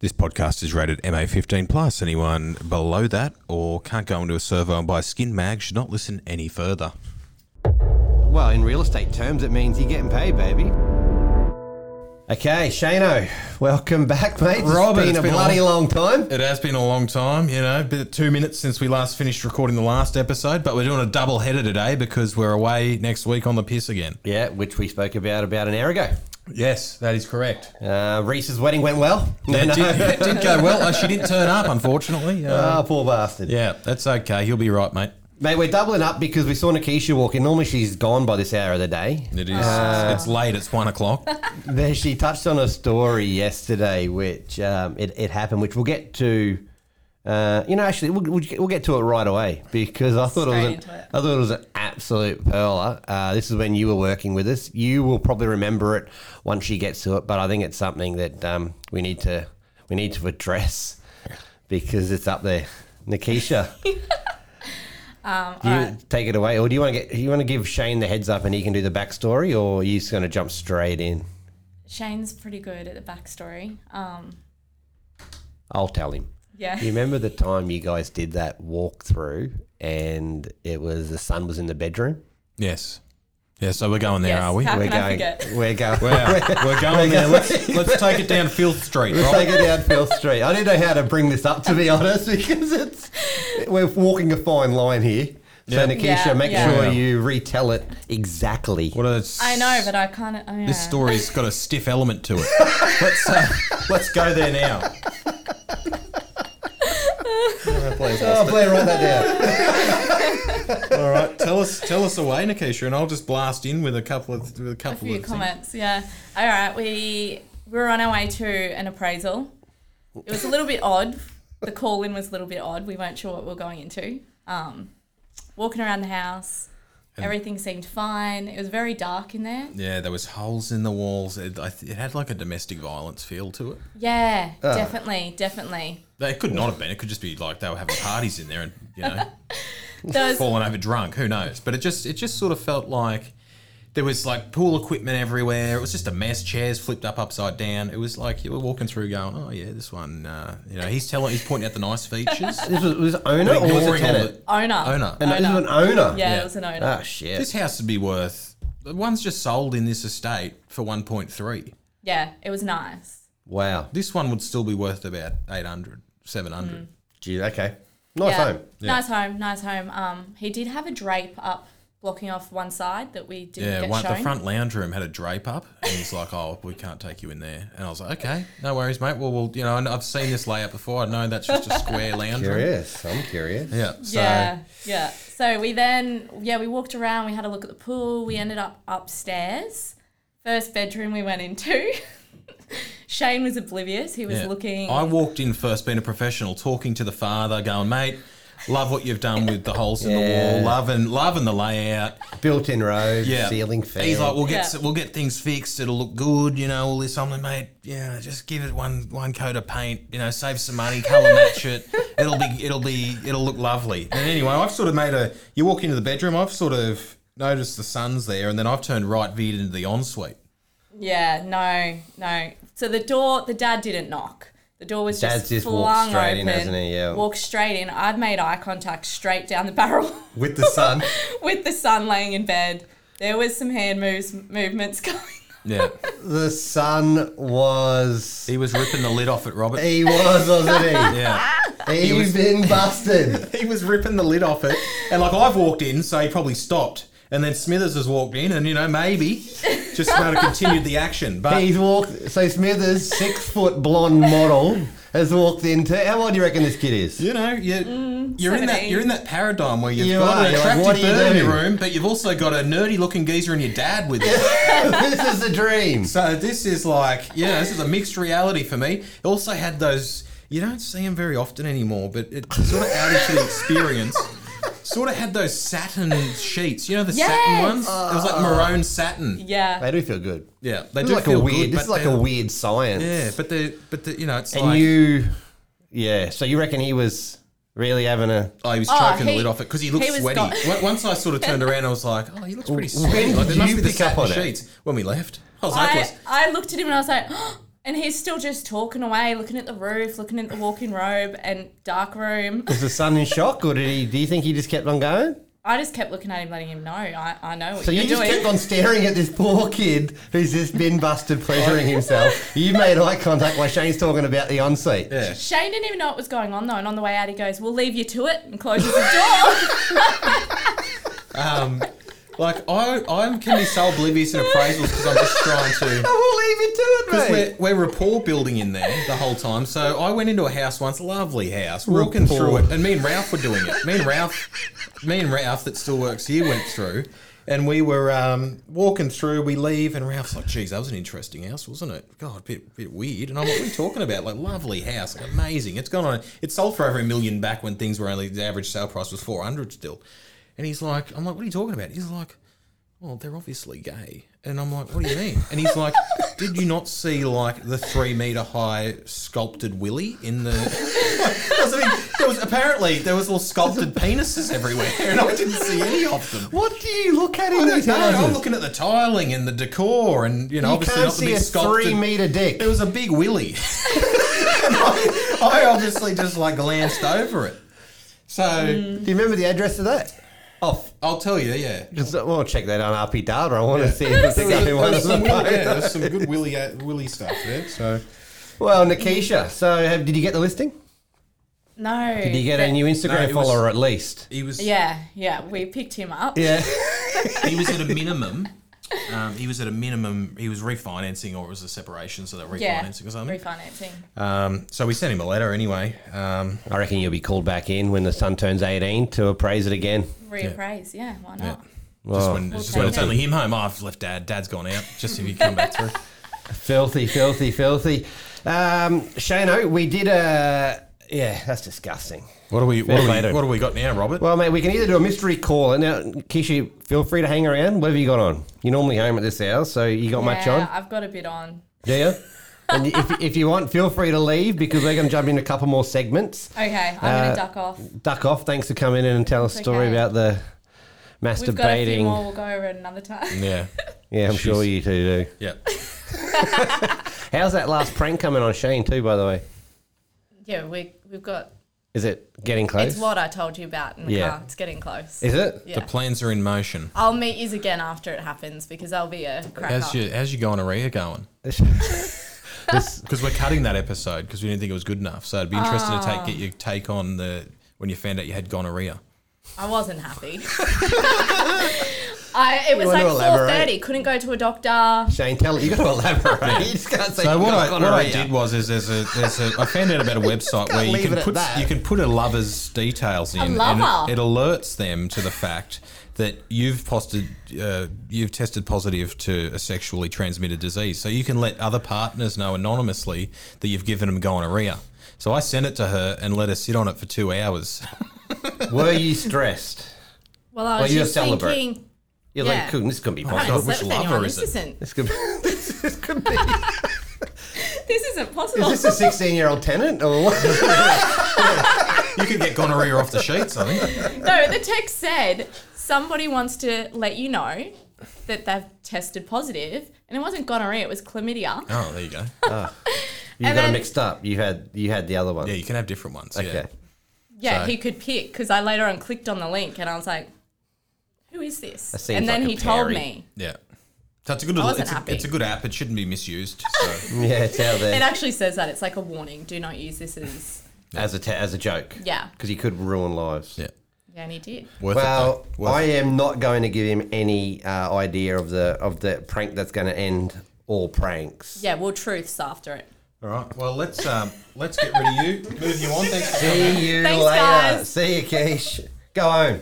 This podcast is rated MA15 plus. Anyone below that or can't go into a servo and buy a skin mag should not listen any further. Well, in real estate terms, it means you're getting paid, baby. Okay, Shano, welcome back, mate. Robert, it's been it's a been a bloody long time. It has been a long time, you know, been two minutes since we last finished recording the last episode, but we're doing a double header today because we're away next week on the piss again. Yeah, which we spoke about about an hour ago. Yes, that is correct. Uh, Reese's wedding went well. That did, that did go well. Uh, she didn't turn up, unfortunately. Uh, Ah, poor bastard. yeah, that's okay. He'll be right, mate. Mate, we're doubling up because we saw Nikisha walk in. Normally, she's gone by this hour of the day. It is. it's late. It's one o'clock. There, she touched on a story yesterday, which um, it, it happened, which we'll get to. Uh, you know, actually, we'll, we'll, get- we'll get to it right away because I thought it was Straight an, into it. I thought it was an absolute pearler. Uh, this is when you were working with us. You will probably remember it once she gets to it, but I think it's something that um, we need to we need to address because it's up there. Nikisha, Um, you all right. take it away, or do you want to get you want to give Shane the heads up and he can do the backstory, or are you just going to jump straight in? Shane's pretty good at the backstory. Um, I'll tell him. yeah. You remember the time you guys did that walkthrough and it was the son was in the bedroom? Yes. Yeah, so we're going there, Yes, are we? how- We're, can I going. forget? We're going. we're, going there. Let's, let's take it down Filth Street, Let's Rob. take it down Phil Street. I don't know how to bring this up to be honest because it's we're walking a fine line here. Yeah. So Nikisha, Yeah, make yeah. sure Yeah. you retell it exactly. What are those? I know, but I kind of. Yeah. This story's got a stiff element to it. Let's uh, let's go there now. Oh, Blair, write that down. All right, tell us tell us away, Nikisha, and I'll just blast in with a couple of with a a couple few eh? of comments. Yeah. All right. We we were on our way to an appraisal. It was a little bit odd. The call in was a little bit odd. We weren't sure what we were going into. Um, walking around the house, everything seemed fine. It was very dark in there. Yeah, there was holes in the walls. It, I th- it had like a domestic violence feel to it. Yeah, Ah. definitely, definitely. It could not have been. It could just be like they were having parties in there and you know There was falling over drunk. Who knows? But it just it just sort of felt like there was like pool equipment everywhere. It was just a mess. Chairs flipped up upside down. It was like you were walking through, going, "Oh yeah, this one." Uh, you know, he's telling, he's pointing out the nice features. This was, was it owner or was it Ignoring all tenant? the- owner. Owner. And This was an owner. Yeah, Yeah. it was an owner. Oh shit. This house would be worth. The one's just sold in this estate for one point three. yeah, it was nice. wow. This one would still be worth about 800, 700. Gee, okay. Nice Yeah. home. Nice home, nice home. Um, he did have a drape up, blocking off one side that we didn't Yeah, get one, shown. the front lounge room had a drape up, and he's like, "Oh, we can't take you in there." And I was like, "Okay, no worries, mate. Well, well, you know, and I've seen this layout before. I know that's just a square lounge room." Curious. I'm curious. Yeah, so Yeah, yeah. So we then, yeah, we walked around. We had a look at the pool. We ended up upstairs. First bedroom we went into. Shane was oblivious. He was yeah. looking. I walked in first, being a professional, talking to the father, going, "Mate, love what you've done with the holes in the Yeah. wall, loving, loving the layout." Built-in road, Yeah. ceiling fan. He's like, we'll get Yeah. we'll get things fixed. It'll look good, you know. All this, I'm like, mate, yeah, just give it one one coat of paint, you know, save some money, color match it. It'll be it'll be it'll look lovely. And anyway, I've sort of made a. You walk into the bedroom, I've sort of noticed the sun's there, and then I've turned right veered into the ensuite. yeah, no, no. So the door, the dad didn't knock. The door was Dad's just, just walked flung straight in, open. hasn't he? Yeah. Walked straight in. I've made eye contact straight down the barrel. with the sun. with the son laying in bed. There was some hand moves movements going. on. Yeah, The sun was. he was ripping the lid off it, Robert. He was, wasn't he? Yeah. He was been busted. He was ripping the lid off it, and like I've walked in, so he probably stopped, and then Smithers has walked in, and you know maybe just might have continued the action. But He's walked. So Smithers, six foot blonde model, has walked into. How old do you reckon this kid is? You know, you, Mm, you're in that 17. you're in that paradigm where you've You got are, an you're like, attractive what do you bird in do? your room, but you've also got a nerdy looking geezer and your dad with you. this is the dream. so this is like, you know, this is a mixed reality for me. It also had those. You don't see them very often anymore, but it sort of added to the experience. Sort of had those satin sheets, you know, the satin Yes. ones. it was like maroon satin. Yeah. They do feel good. Yeah, they Oh. This do is like feel a weird. good. this but is like they're- a weird science. Yeah, but the but the, you know, it's and like you, yeah. So you reckon he was really having a? I was Oh, choking the he- lid off it because he looked he was sweaty. got- Wa- Once I sort of turned around, I was like, "Oh, he looks pretty When sweaty." Like, there did must you be the pick up satin on it? sheets when we left. I was like, I, "Was- I looked at him and I was like, And he's still just talking away, looking at the roof, looking at the walk-in robe and dark room. Was the son in shock, or did he? Do you think he just kept on going? I just kept looking at him, letting him know I, I know what So you're you just doing. kept on staring at this poor kid who's just been busted pleasuring himself. You made eye contact while Shane's talking about the ensuite. Yeah. Shane didn't even know what was going on though, and on the way out he goes, "We'll leave you to it," and closes the door. Um, like I, I can be so oblivious in appraisals because I'm just trying to. We'll leave you to Because it, mate. we're, we're rapport building in there the whole time. So I went into a house once, lovely house, walking Rapport. through it, and me and Ralph were doing it. Me and Ralph, me and Ralph that still works here went through, and we were um, walking through. We leave, and Ralph's like, "Geez, that was an interesting house, wasn't it? God, a bit bit weird." And I'm like, "What are you talking about? Like, lovely house, like, amazing. It's gone on. It sold for over a million back when things were only the average sale price was four hundred still." And he's like, "I'm like, what are you talking about?" He's like well, oh, they're obviously gay. And I'm like, what do you mean? And he's like, did you not see like the three meter high sculpted willy in the? I was like, there was apparently there was little sculpted penises everywhere, and I didn't see any of them. What do you look at in I these don't know, I'm houses? looking at the tiling and the decor, and you know, You obviously can't not the see big a sculpted. three meter dick. There was a big willy. And I, I obviously just like glanced over it. So Do you remember the address of that? I'll, I'll tell you, yeah. Just, well, check that on RP data. I want to see if it's There the one. was some, yeah, there was some good willy uh, willy stuff there. So Well, Nikisha. So, have, did you get the listing? no. Did you get a new Instagram No, it was- follower at least? he was Yeah, yeah. We picked him up. Yeah. he was at a minimum. Um, he was at a minimum. He was refinancing, or it was a separation, so that refinancing Yeah, or something. refinancing. Uh, Um, so we sent him a letter anyway. Um, I reckon you'll be called back in when the son turns 18 to appraise it again. Reappraise, yeah. Why not? just Well, when, just take when it's it. only him home, oh, I've left dad. Dad's gone out. Just if you come back through. filthy, filthy, filthy. Um, Shano, we did a. Yeah, that's disgusting. What are we? What Fair are play, we, dude. what have we got now, Robert? Well, mate, we can either do a mystery call. And now, Kishi, feel free to hang around. What have you got on? You're normally home at this hour, so you got much Yeah, on? I've got a bit on. Do you? And if, if you want, feel free to leave because we're going to jump in a couple more segments. Okay, I'm Uh, gonna duck off. Duck off. Thanks for coming in and tell us a It's story okay. about the We've got a few masturbating. more. We'll go over it another time. yeah, Yeah, I'm sure She's- you two do. yeah. How's that last prank coming on Shane too? By the way, Yeah, we we've got. is it getting close? It's what I told you about in the Yeah. car. It's getting close. Is it? yeah. The plans are in motion. I'll meet you again after it happens because that'll be a cracker. How's your How's your gonorrhea going? This- Because we're cutting that episode because we didn't think it was good enough. So it'd be interesting to take get your take on the when you found out you had gonorrhea. I wasn't happy. I, it was wanna like four elaborate? thirty. Couldn't go to a doctor. Shane, tell you got to elaborate. You just can't say So you've what I, got what I gonorrhea. did was is there's a there's a I found out about a website where you leave it can at put that. you can put a lover's details in and lover. it, it alerts them to the fact that you've posted uh, you've tested positive to a sexually transmitted disease. So you can let other partners know anonymously that you've given them gonorrhea. So I sent it to her and let her sit on it for two hours. Were you stressed? Well, I Well, was you're just a celibate. thinking. You're Yeah. like, cool, this couldn't be I possible. God, haven't which slept with anyone. lover This is it? isn't. This could, this, this could be. This isn't Is possible. this a 16 year old tenant or what? you can get gonorrhea off the sheets. I think. no, the text said somebody wants to let you know that they've tested positive, and it wasn't gonorrhea. It was chlamydia. Oh, there you go. You And got it then- mixed up. You had you had the other one. Yeah, you can have different ones. Yeah. Okay. Yeah, So- he could pick because I later on clicked on the link and I was like, "Who is this?" seems and then like a he told Perry. me. Yeah. So it's a good I wasn't it's a, happy. it's a good app. It shouldn't be misused. So. Yeah, it's out there It actually says that it's like a warning: do not use this as as a te- as a joke. Yeah. because you could ruin lives. yeah. yeah. And he did. Worth Well, it. though. Worth I it. am not going to give him any uh, idea of the of the prank that's going to end all pranks. Yeah, well, truths after it. All right. Well, let's um, let's get rid of you. Move you on. Thanks. For coming. See you Thanks, later. guys. See you, Keish. Go home,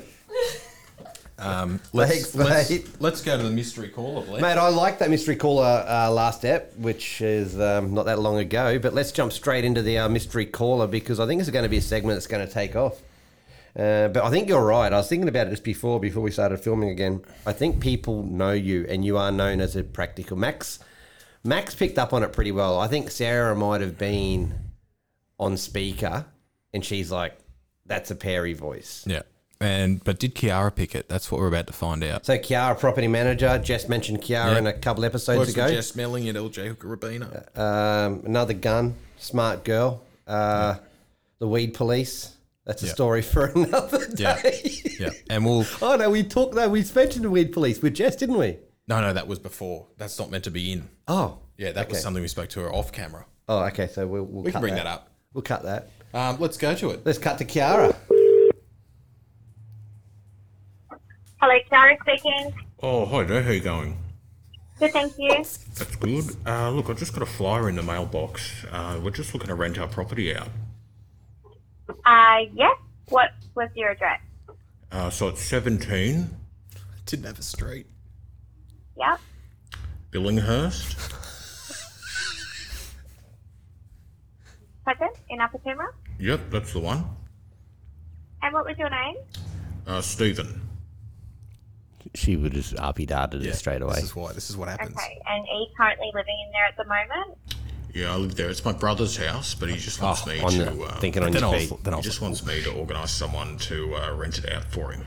Um, let's, Thanks, mate. let's, let's go to the mystery caller, Blair. mate. I like that mystery caller uh, last ep, which is um, not that long ago. But let's jump straight into the uh, mystery caller because I think it's going to be a segment that's going to take off. Uh, but I think you're right. I was thinking about it just before before we started filming again. I think people know you, and you are known as a practical Max. Max picked up on it pretty well. I think Sarah might have been on speaker, and she's like, "That's a Perry voice." Yeah. and but did Kiara pick it? That's what we're about to find out. So Kiara, property manager, Jess mentioned Kiara Yeah. in a couple episodes Works for ago. Jess Melling at LJ Hooker Rabina. Um, another gun, smart girl. Uh, The weed police. That's a Yeah. story for another Yeah. day. yeah, and we'll Oh no, we talked. No, we mentioned the weed police with Jess, didn't we? no, no, that was before. That's not meant to be in. Oh, Yeah, that was Okay. something we spoke to her off camera. oh, okay. So we'll, we'll We cut can bring that, up. We'll cut that. Um, let's go to it. Let's cut to Kiara. Hello, Kiara speaking. Oh, hi there. How you going? Good, thank you. That's good. Uh, look, I just got a flyer in the mailbox. Uh, we're just looking to rent our property out. Uh, yes. What was your address? Uh, so it's 17 Didn't have a street. Yep. Billinghurst. Present in Upper Coomera. Yep, that's the one. And what was your name? Uh, Stephen. She would just RP darted it straight away. This is why. This is what happens. Okay. And are you currently living in there at the moment? Yeah, I live there. It's my brother's house, but he Oh, just wants me on to. the- uh, thinking on Then your I feet. was, then I he was just wants me to organise someone to uh, rent it out for him.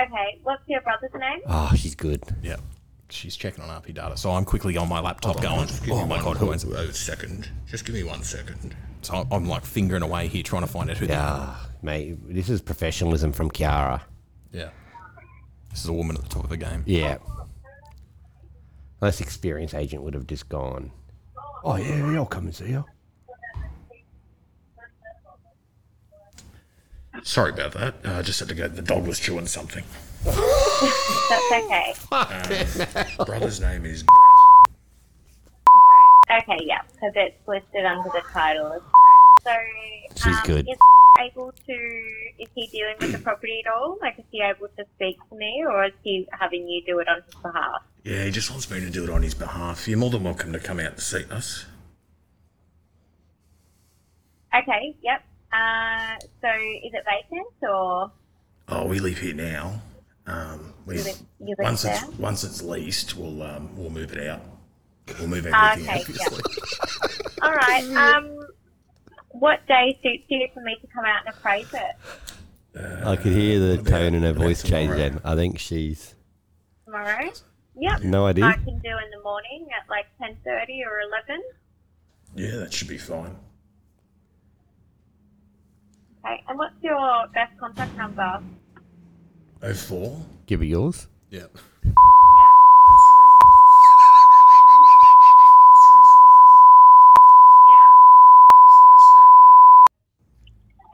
Okay. What's your brother's name? Oh, she's good. yeah. She's checking on RP data, so I'm quickly on my laptop Hold on, going. just give me Oh my one god, who owns it? uh, second. Just give me one second. So I'm- I'm like fingering away here trying to find out who. Yeah. Ah, mate, this is professionalism from Kiara. yeah. This is a woman at the top of the game. Yeah. Less experienced agent would have just gone. Oh yeah, I'll come and see you. Sorry about that. Uh, I just had to go. The dog was chewing something. That's okay. Brother's name is. Okay. Yep. Because it's listed under the title. of- So. She's um, good. Is able to? Is he dealing with the property at all? Like, is he able to speak to me, or is he having you do it on his behalf? Yeah, he just wants me to do it on his behalf. You're more than welcome to come out and see us. Okay. Yep. Uh, so is it vacant or? Oh, we live here now. Um, we You live- you live once it's there? once it's leased, we'll um, we'll move it out. We'll move everything Ah, Okay, out. yeah. All right. Um, what day suits you for me to come out and appraise it? I could hear Uh, the tone in her voice that's all change. right. Then I think she's Tomorrow? Yep. no I idea. can do in the morning at like ten thirty or eleven. Yeah, that should be fine. Okay. And what's your best contact number? Oh four. Give her yours. Yeah.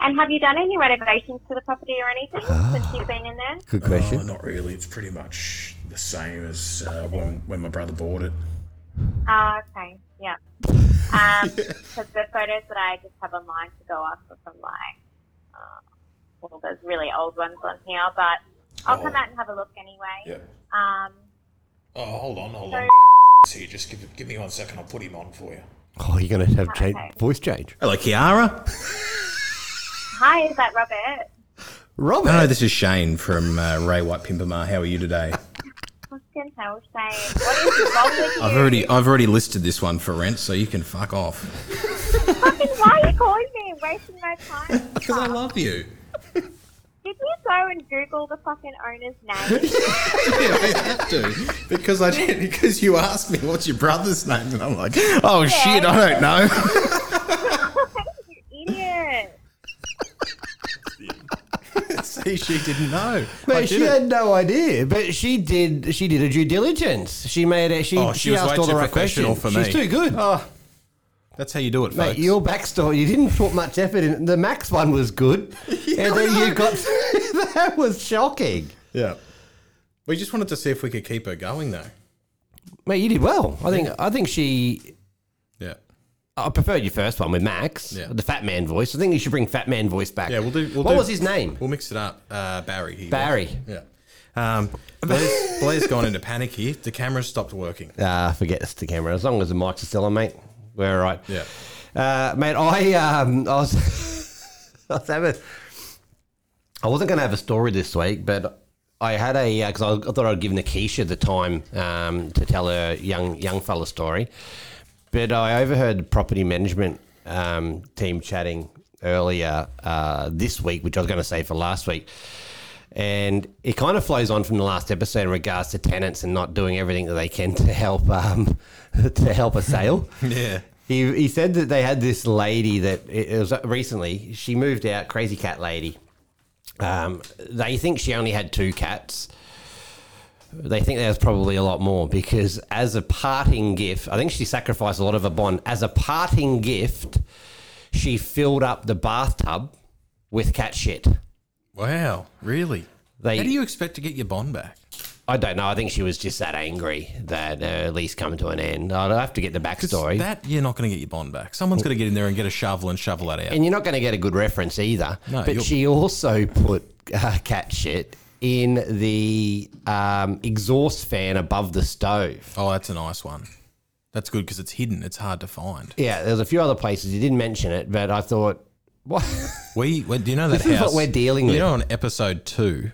And have you done any renovations to the property or anything since you've been in there? Uh, Good Oh, question. not really. It's pretty much the same as uh, when when my brother bought it. Ah, okay. Yeah. Um, because the photos that I just have online to go up are from like, uh, well, there's really old ones on here, but I'll come Oh. out and have a look anyway. Yep. Um, Oh, hold on, hold on. so See, just give give me one second. I'll put him on for you. Oh, you're gonna have change, Okay. voice change. Hello, Kiara. hi, is that Robert? Robert. No, no, this is Shane from uh, Ray White Pimpamar. How are you today? Fucking hell, Shane. What is wrong with you? I've already I've already listed this one for rent, so you can fuck off. Fucking why are you calling me? and Wasting my time. Because I love you. Did you go and Google the fucking owner's name? yeah, I have to. Because I did because you asked me what's your brother's name and I'm like, Oh shit, I don't know. you idiot. See she didn't know. I Mate, she did it. had no idea, but she did. She did her due diligence. She made it. She, Oh, she she, was way asked all the too right professional questions. for me. She's too good, Oh, that's how you do it, mate. folks. Your backstory. You didn't put much effort in. The Max one was good, and then you got that was shocking. yeah. We just wanted to see if we could keep her going though. Mate, you did well. I think. I think she. Yeah. I preferred your first one with Max, Yeah. the fat man voice. I think you should bring fat man voice back. Yeah, we'll do- we'll what do- was his name? We'll mix it up. Uh, Barry here. Barry. Yeah. Um, Blair's, Blair's gone into panic here. The camera's stopped working. Ah, forget this to camera. As long as the mics are still on, mate, we're all right. Yeah. Uh, mate, I um, I was, I was having, I wasn't going to have a story this week, but I had a because I, I thought I'd give Nikisha the time um, to tell her young young fella story, but I overheard the property management um, team chatting earlier uh, this week, which I was going to say for last week. And it kind of flows on from the last episode in regards to tenants and not doing everything that they can to help um, to help a sale. Yeah. He, he said that they had this lady that it it was recently. She moved out, crazy cat lady. Um, they think she only had two cats. They think there's probably a lot more because, as a parting gift, I think she sacrificed a lot of her bond. As a parting gift, she filled up the bathtub with cat shit. Wow. Really? They- How do you expect to get your bond back? I don't know. I think she was just that angry that her lease come to an end. I'll have to get the 'Cause backstory. That you're not going to get your bond back. Someone's going to get in there and get a shovel and shovel that out. and you're not going to get a good reference either. No, but you'll- she also put uh, cat shit in the um, exhaust fan above the stove. oh, that's a nice one. That's good because it's hidden. It's hard to find. Yeah, there's a few other places you didn't mention it, but I thought, what? We, we do you know that This is house what we're dealing with. You know, on episode two,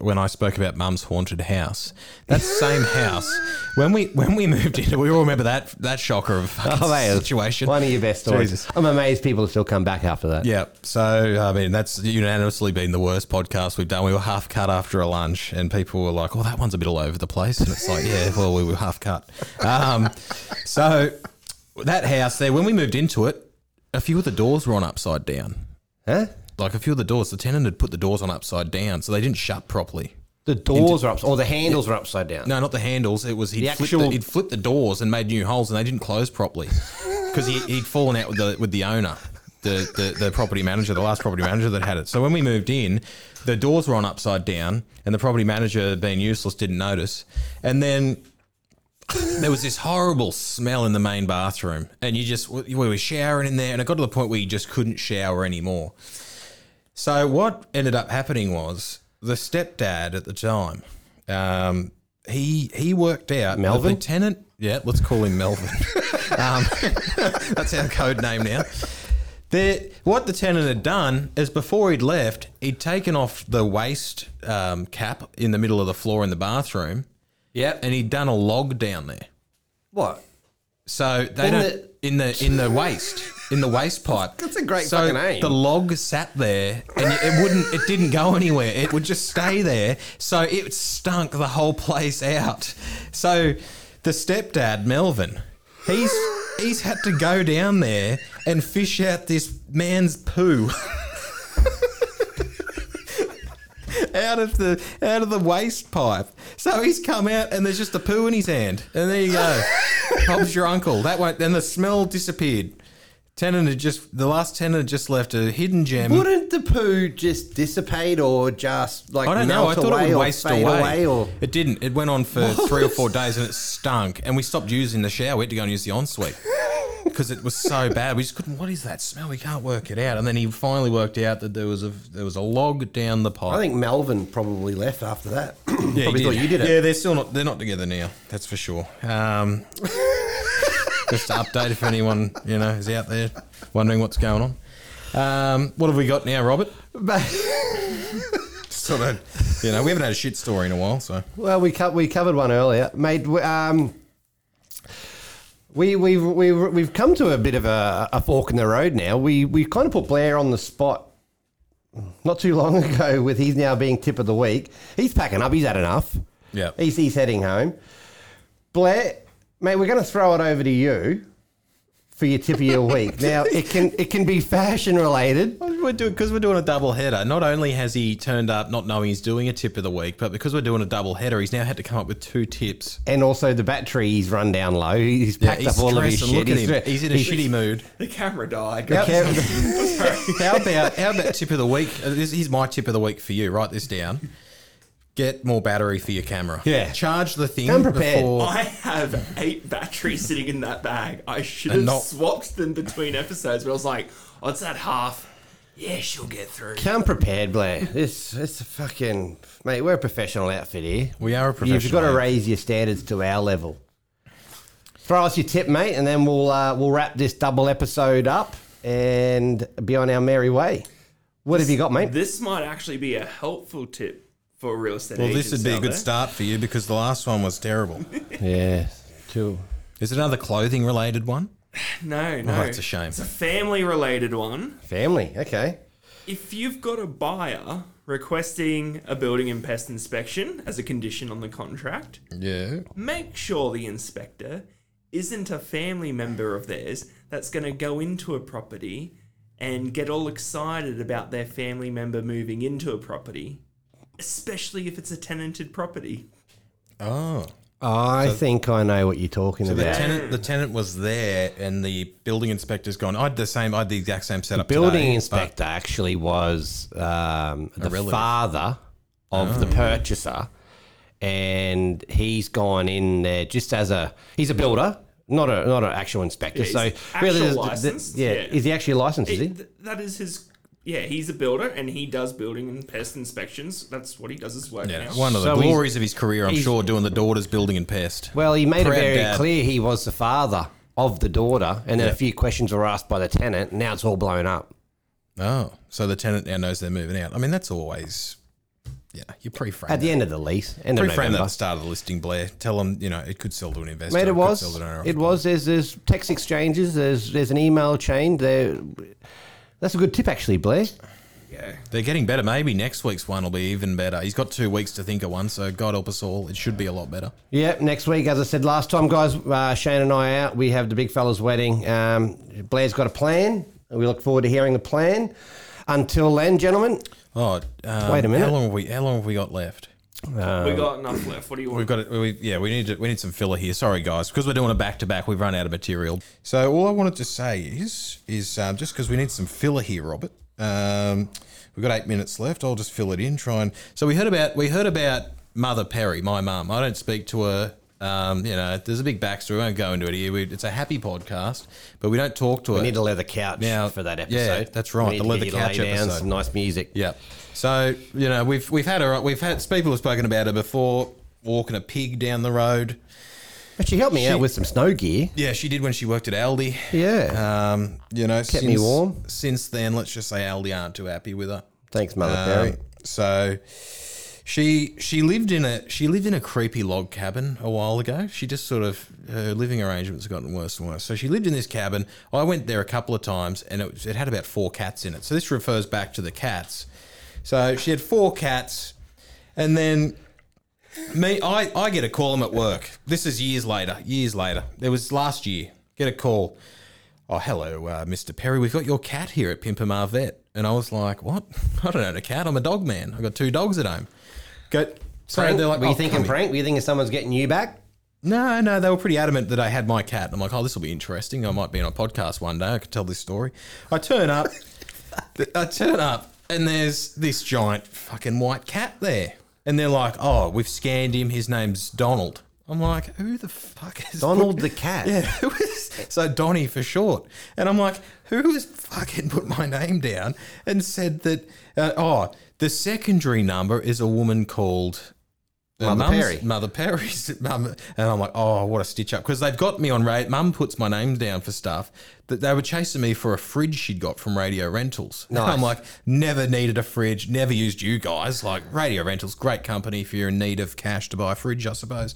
when I spoke about Mum's haunted house, that same house. When we when we moved in, we all remember that that shocker of fucking Oh, mate, situation. One of your best stories. Jesus. I'm amazed people have still come back after that. Yeah. So, I mean, that's unanimously been the worst podcast we've done. We were half cut after a lunch, and people were like, "Well, that one's a bit all over the place." And it's like, "Yeah, well, we were half cut." Um, so, that house there, when we moved into it, a few of the doors were on upside down. Huh? Like a few of the doors, the tenant had put the doors on upside down, so they didn't shut properly. The doors are up, or the handles are upside down. No, not the handles. It was he'd, The flipped, actual- the, he'd flipped the doors and made new holes, and they didn't close properly because he, he'd fallen out with the with the owner, the, the the property manager, the last property manager that had it. So when we moved in, the doors were on upside down, and the property manager, being useless, didn't notice. And then there was this horrible smell in the main bathroom, and you just we were showering in there, and it got to the point where you just couldn't shower anymore. So what ended up happening was the stepdad at the time, um, he he worked out that Melvin? the tenant. Yeah, let's call him Melvin. um, that's our code name now. The, what the tenant had done is before he'd left, he'd taken off the waste um, cap in the middle of the floor in the bathroom, Yep. and he'd done a log down there. What? So they In don't the- in the in the waste in the waste pipe. That's a great so fucking aim. The log sat there and it wouldn't. It didn't go anywhere. It would just stay there. So it stunk the whole place out. So the stepdad Melvin, he's he's had to go down there and fish out this man's poo. out of the out of the waste pipe. So he's come out and there's just a poo in his hand. And there you go. Bob's your uncle. That won't and the smell disappeared. Tenant had just the last tenant had just left a hidden gem. Wouldn't the poo just dissipate or just like I don't know. I melt thought away it or would waste fade away. or It didn't. It went on for three or four days and it stunk. And we stopped using the shower. We had to go and use the ensuite because it was so bad. We just couldn't. What is that smell? We can't work it out. And then he finally worked out that there was a there was a log down the pipe. I think Melvin probably left after that. Yeah, probably he thought you did it. Yeah, they're still not. They're not together now. That's for sure. Um, just to update if anyone you know is out there wondering what's going on. Um, what have we got now, Robert? Sort of, you know, we haven't had a shit story in a while, so well, we co- we covered one earlier, mate. we- Um, we we've, we've we've come to a bit of a, a fork in the road now. We we kind of put Blair on the spot not too long ago with he's now being tip of the week. He's packing up. He's had enough. yeah. He's he's heading home. Blair, mate, we're going to throw it over to you for your tip of your week. Now it can it can be fashion related. We're doing because we're doing a double header. Not only has he turned up not knowing he's doing a tip of the week, but because we're doing a double header, he's now had to come up with two tips. And also the battery's run down low. He's packed he's up all of his stressed and shit. look at him. stre- He's in a shitty mood. The camera died. How about how about tip of the week? Uh, This here's my tip of the week for you. Write this down. Get more battery for your camera. Yeah. Charge the thing Come prepared. Oh, before. I have eight batteries sitting in that bag. I should And have not- swapped them between episodes, but I was like, oh, it's that half. Yeah, she'll get through. Come prepared, Blair. This it's a fucking mate. We're a professional outfit here. We are a You've got to professional raise your standards to our level. Throw us your tip, mate, and then we'll uh, we'll wrap this double episode up and be on our merry way. What have you got, mate? This might actually be a helpful tip for real estate Well, agents. this would be a out good there. start for you because the last one was terrible. Yeah, two. Is it another clothing related one? No, no. Oh, that's a shame. It's a family related one. Family, okay. If you've got a buyer requesting a building and pest inspection as a condition on the contract, Yeah. make sure the inspector isn't a family member of theirs that's going to go into a property and get all excited about their family member moving into a property, especially if it's a tenanted property. Oh. I think I know what you're talking The about. tenant, the tenant was there, and the building inspector's gone. I had the same. I had the exact same setup. building today, but- inspector actually was um, the relative. father of the purchaser, and he's gone in there just as a he's a builder, not a not an actual inspector. he's so actual there's- th- licensed, yeah, yeah. is he actually licensed? Is he? It- th- that is his. Yeah, he's a builder and he does building and pest inspections. That's what he does his work Yeah, now. one of the So he's- glories of his career, I'm he's- sure, doing the daughters building and pest. Well, he made it Proud very dad. clear he was the father of the daughter, and then a few questions were asked by the tenant. And now it's all blown up. Oh, so the tenant now knows they're moving out. I mean, that's always, yeah, you pre-frame At the end of the lease, end of pre-frame that at November. the start of the listing, Blair. Tell them you know it could sell to an investor. Mate, it could sell to was. an owner. It was. There's there's text exchanges. There's there's an email chain. There. That's a good tip, actually, Blair. Yeah. They're getting better. Maybe next week's one will be even better. He's got two weeks to think of one, so God help us all. It should be a lot better. Yep. Next week, as I said last time, guys, uh, Shane and I are out. We have the big fella's wedding. Um, Blair's got a plan. We look forward to hearing the plan. Until then, gentlemen, Oh, um, Wait a minute. How long have we? How long have we got left? we got enough left. What do you We've want? got it. We, yeah, we need to, we need some filler here. Sorry, guys, because we're doing a back to back. We've run out of material. So all I wanted to say is is um, just because we need some filler here, Robert. Um, we've got eight minutes left. I'll just fill it in. Try and so we heard about we heard about Mother Perry, my mum. I don't speak to her. Um, you know, there's a big backstory. We won't go into it here. We, it's a happy podcast, but we don't talk to her. we need a leather couch Now- for that yeah, episode. that's right, We need the to leather get you to lay couch down, episode. Some nice music. Yeah. So you know we've we've had her. We've had people have spoken about her before. Walking a pig down the road. But she helped me out with some snow gear. Yeah, she did when she worked at Aldi. Yeah. Um, you know, Kept since, me warm. Since then, let's just say Aldi aren't too happy with her. Thanks, Mother Um, Perry. so she she lived in a she lived in a creepy log cabin a while ago. She just sort of her living arrangements have gotten worse and worse. So she lived in this cabin. I went there a couple of times, and it, was- it had about four cats in it. So this refers back to the cats. So she had four cats, and then me, I, I get a call. I'm at work. This is years later. Years later. It was last year. Get a call. Oh, hello, uh, Mr. Perry. We've got your cat here at Pimpamar Vet. And I was like, what? I don't own a cat. I'm a dog man. I've got two dogs at home. Go. So Prank? they're like, were you "Oh, thinking come here." prank? Were you thinking someone's getting you back? No, no, they were pretty adamant that I had my cat. I'm like, oh, this will be interesting. I might be on a podcast one day. I could tell this story. I turn up, I turn up, and there's this giant fucking white cat there. And they're like, oh, we've scanned him. His name's Donald. I'm like, who the fuck is Donald the cat. Yeah, who is so Donnie for short? And I'm like, who has fucking put my name down and said that? Uh, oh, the secondary number is a woman called her Mother mum's- Perry. Mother Perry's mum, and I'm like, oh, what a stitch up because they've got me on radio. Mum puts my name down for stuff that they were chasing me for a fridge she'd got from Radio Rentals. Nice. I'm like, never needed a fridge, never used you guys. Like Radio Rentals, great company if you're in need of cash to buy a fridge, I suppose.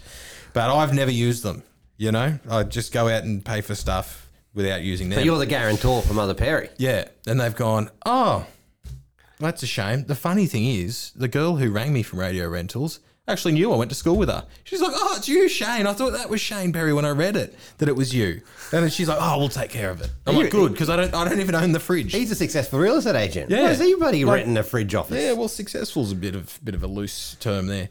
But I've never used them. You know, I just go out and pay for stuff without using them. But you're the guarantor for Mother Perry. Yeah, and they've gone, oh, that's a shame. The funny thing is, the girl who rang me from Radio Rentals actually knew I went to school with her. She's like, oh, it's you, Shane. I thought that was Shane Perry when I read it, that it was you. And then she's like, oh, we'll take care of it. I'm like, good, because I don't, I don't even own the fridge. He's a successful real estate agent. Yeah. Why is everybody Like- renting a fridge office? Yeah, well, successful's a bit of bit of a loose term there.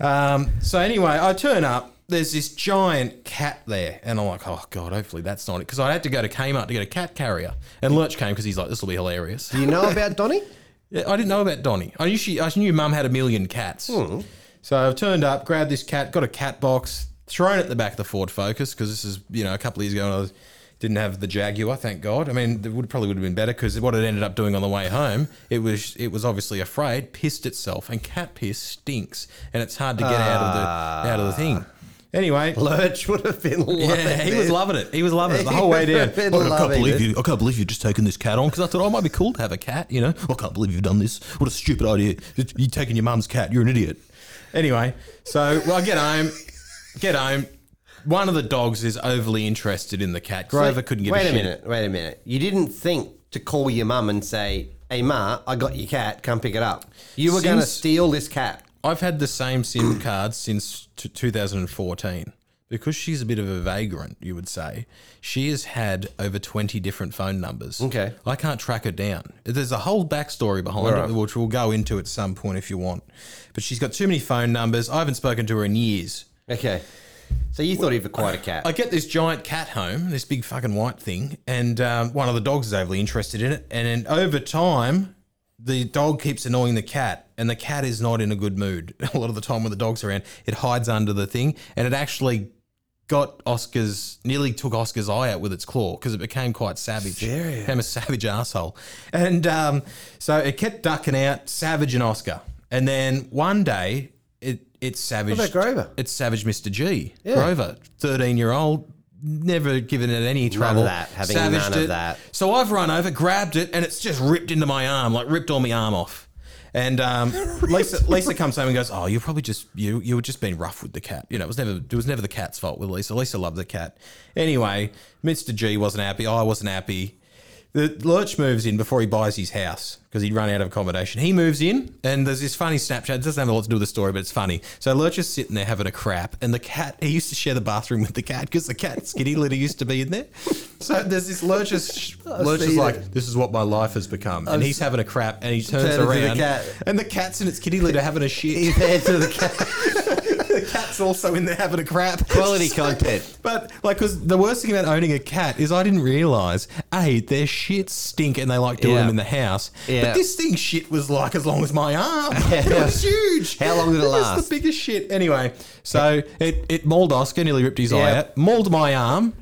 Um, so anyway, I turn up. There's this giant cat there, and I'm like, oh god, hopefully that's not it, because I had to go to Kmart to get a cat carrier, and Lurch came because he's like, this will be hilarious. Do you know about Donnie? Yeah, I didn't know about Donnie. I knew she, I knew Mum had a million cats. So I've turned up, grabbed this cat, got a cat box, thrown it at the back of the Ford Focus because this is you know a couple of years ago and I was, didn't have the Jaguar. Thank God. I mean, it would probably would have been better because what it ended up doing on the way home, it was it was obviously afraid, pissed itself, and cat piss stinks, and it's hard to get out of the out of the thing. Anyway, Lurch would have been loving yeah, he was this. loving it. He was loving it the He whole way down. would've been Look, I can't loving believe it. you. I can't believe you've just taken this cat on because I thought, oh, it might be cool to have a cat. You know, "Oh, I can't believe you've done this. What a stupid idea! You taking your mum's cat. You're an idiot. Anyway, so well, I get home, get home. one of the dogs is overly interested in the cat. Grover couldn't give a, wait a shit. minute. Wait a minute. You didn't think to call your mum and say, "Hey, ma, I got your cat. Come pick it up." You were going to Since- steal this cat. I've had the same SIM card since t- 2014. Because she's a bit of a vagrant, you would say, she has had over 20 different phone numbers. Okay. I can't track her down. There's a whole backstory behind it, which we'll go into at some point if you want. But she's got too many phone numbers. I haven't spoken to her in years. Okay. So you thought he'd acquired a cat. I get this giant cat home, this big fucking white thing, and um, one of the dogs is overly interested in it. And then over time, the dog keeps annoying the cat, and the cat is not in a good mood. A lot of the time when the dog's around, it hides under the thing, and it actually got Oscar's, nearly took Oscar's eye out with its claw because it became quite savage. Serious. Became a savage asshole. And um, so it kept ducking out, savage and Oscar. And then one day, it, it savaged. about Grover? It's savage Mr. G. Grover, 13 year old, never given it any trouble. that, having none of it. that. So I've run over, grabbed it, and it's just ripped into my arm, like ripped all my arm off. And um, Lisa, Lisa comes home and goes, "Oh, you probably just you you were just being rough with the cat. You know, it was never it was never the cat's fault with Lisa. Lisa loved the cat. Anyway, Mister G wasn't happy. I wasn't happy. The Lurch moves in before he buys his house because he'd run out of accommodation. He moves in, and there's this funny Snapchat. It doesn't have a lot to do with the story, but it's funny. So Lurch is sitting there having a crap, and the cat, he used to share the bathroom with the cat because the cat, Skinny Litty, used to be in there. So there's this Lurch is, Lurch is seen like, it. This is what my life has become. And he's having a crap, and he turns Turn into the around, cat. and the cat's in its kitty litter having a shit. He's there to the cat. the cat's also in there having a crap. Quality So- content. but like, because the worst thing about owning a cat is I didn't realize a their shit stink and they like doing Yeah. them in the house. Yeah. But this thing shit was like as long as my arm. it was huge. How long did it was last? the biggest shit. Anyway, so it it mauled Oscar, nearly ripped his eye Yeah. out, mauled my arm.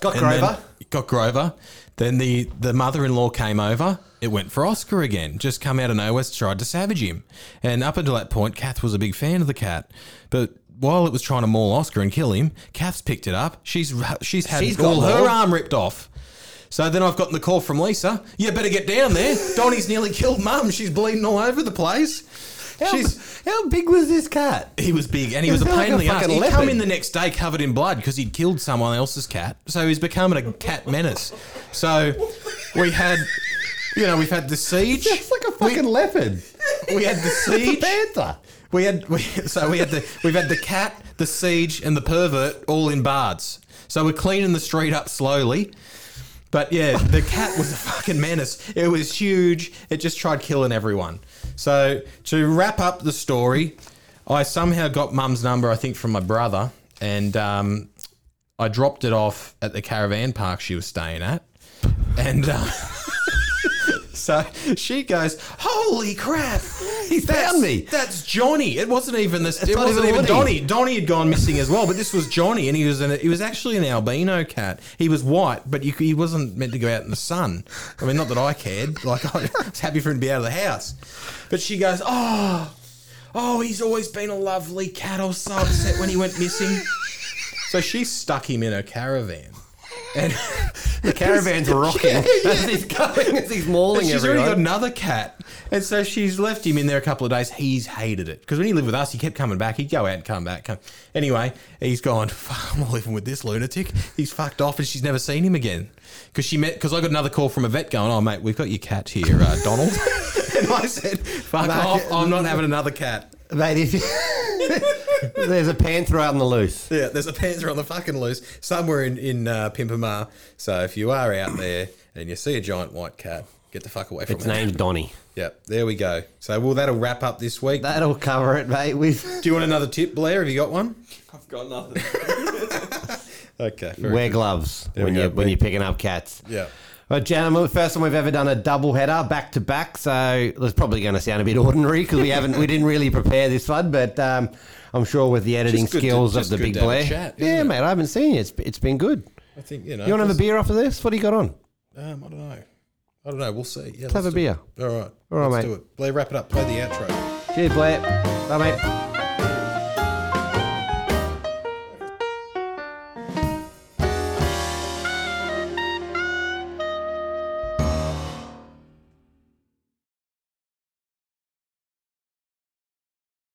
Got and then- Grover. got Grover. Then the, the mother in law came over. It went for Oscar again. Just come out of nowhere, tried to savage him. And up until that point, Kath was a big fan of the cat. But while it was trying to maul Oscar and kill him, Kath's picked it up. She's she's had She's got all her mauled. arm ripped off. So then I've gotten the call from Lisa. You better get down there. Donnie's nearly killed Mum. She's bleeding all over the place. She's how big was this cat? he was big, and he He was a felt pain in like a the ass. fucking He'd come leopard. in the next day covered in blood because he'd killed someone else's cat. So he's becoming a cat menace. So we had, you know, we've had the siege. a fucking leopard. we had the siege. panther. We had we, so we had the we've had the cat, the siege, and the pervert all in bards. So we're cleaning the street up slowly. But yeah, the cat was a fucking menace. It was huge. It just tried killing everyone. So to wrap up the story, I somehow got mum's number, I think, from my brother, and um, I dropped it off at the caravan park she was staying at, and. Uh, So she goes, "Holy crap! He found me." That's Johnny. It wasn't even this. it not wasn't even even Woody. Donnie. Donnie had gone missing as well, but this was Johnny, and he was an, he was actually an albino cat. He was white, but you, he wasn't meant to go out in the sun. I mean, not that I cared. Like I was happy for him to be out of the house. But she goes, "Oh, oh, he's always been a lovely cat. I was so upset when he went missing." So she stuck him in her caravan, and. The caravan's rocking as he's going, as he's mauling And she's everyone. already got another cat. And so she's left him in there a couple of days. He's hated it. Because when he lived with us, he kept coming back. He'd go out and come back. Come. Anyway, he's gone, "Fuck, I'm not living with this lunatic. He's fucked off and she's never seen him again. Because she met, because I got another call from a vet going, oh, mate, we've got your cat here, uh, Donald. and I said, fuck Mate, off, I'm not having another cat. Mate, if- there's a panther out on the loose. Yeah, there's a panther on the fucking loose somewhere in, in uh, Pimpamar. So if you are out there and you see a giant white cat, get the fuck away from It's it. named Donny. Yep, there we go. So, well, that'll wrap up this week. That'll cover it, mate. We've, Do you want another tip, Blair? Have you got one? I've got nothing. Okay. fair wear enough. gloves There when we go, you're when mate. you're picking up cats. Yeah. Well, gentlemen, first time we've ever done a double header back to back, so it's probably going to sound a bit ordinary because we haven't we didn't really prepare this one, but um, I'm sure with the editing Just good to- skills of just the good big to have a Blair, chat, isn't yeah, it? mate, I haven't seen you. It's it's been good. I think, you know. You want to have a just- beer after this? What do you got on? Um, I don't know. I don't know. We'll see. Yeah, have let's a do it. beer. All right. All right, let's mate. do it. Blair, wrap it up. Play the outro. Cheers, Blair. Bye, mate.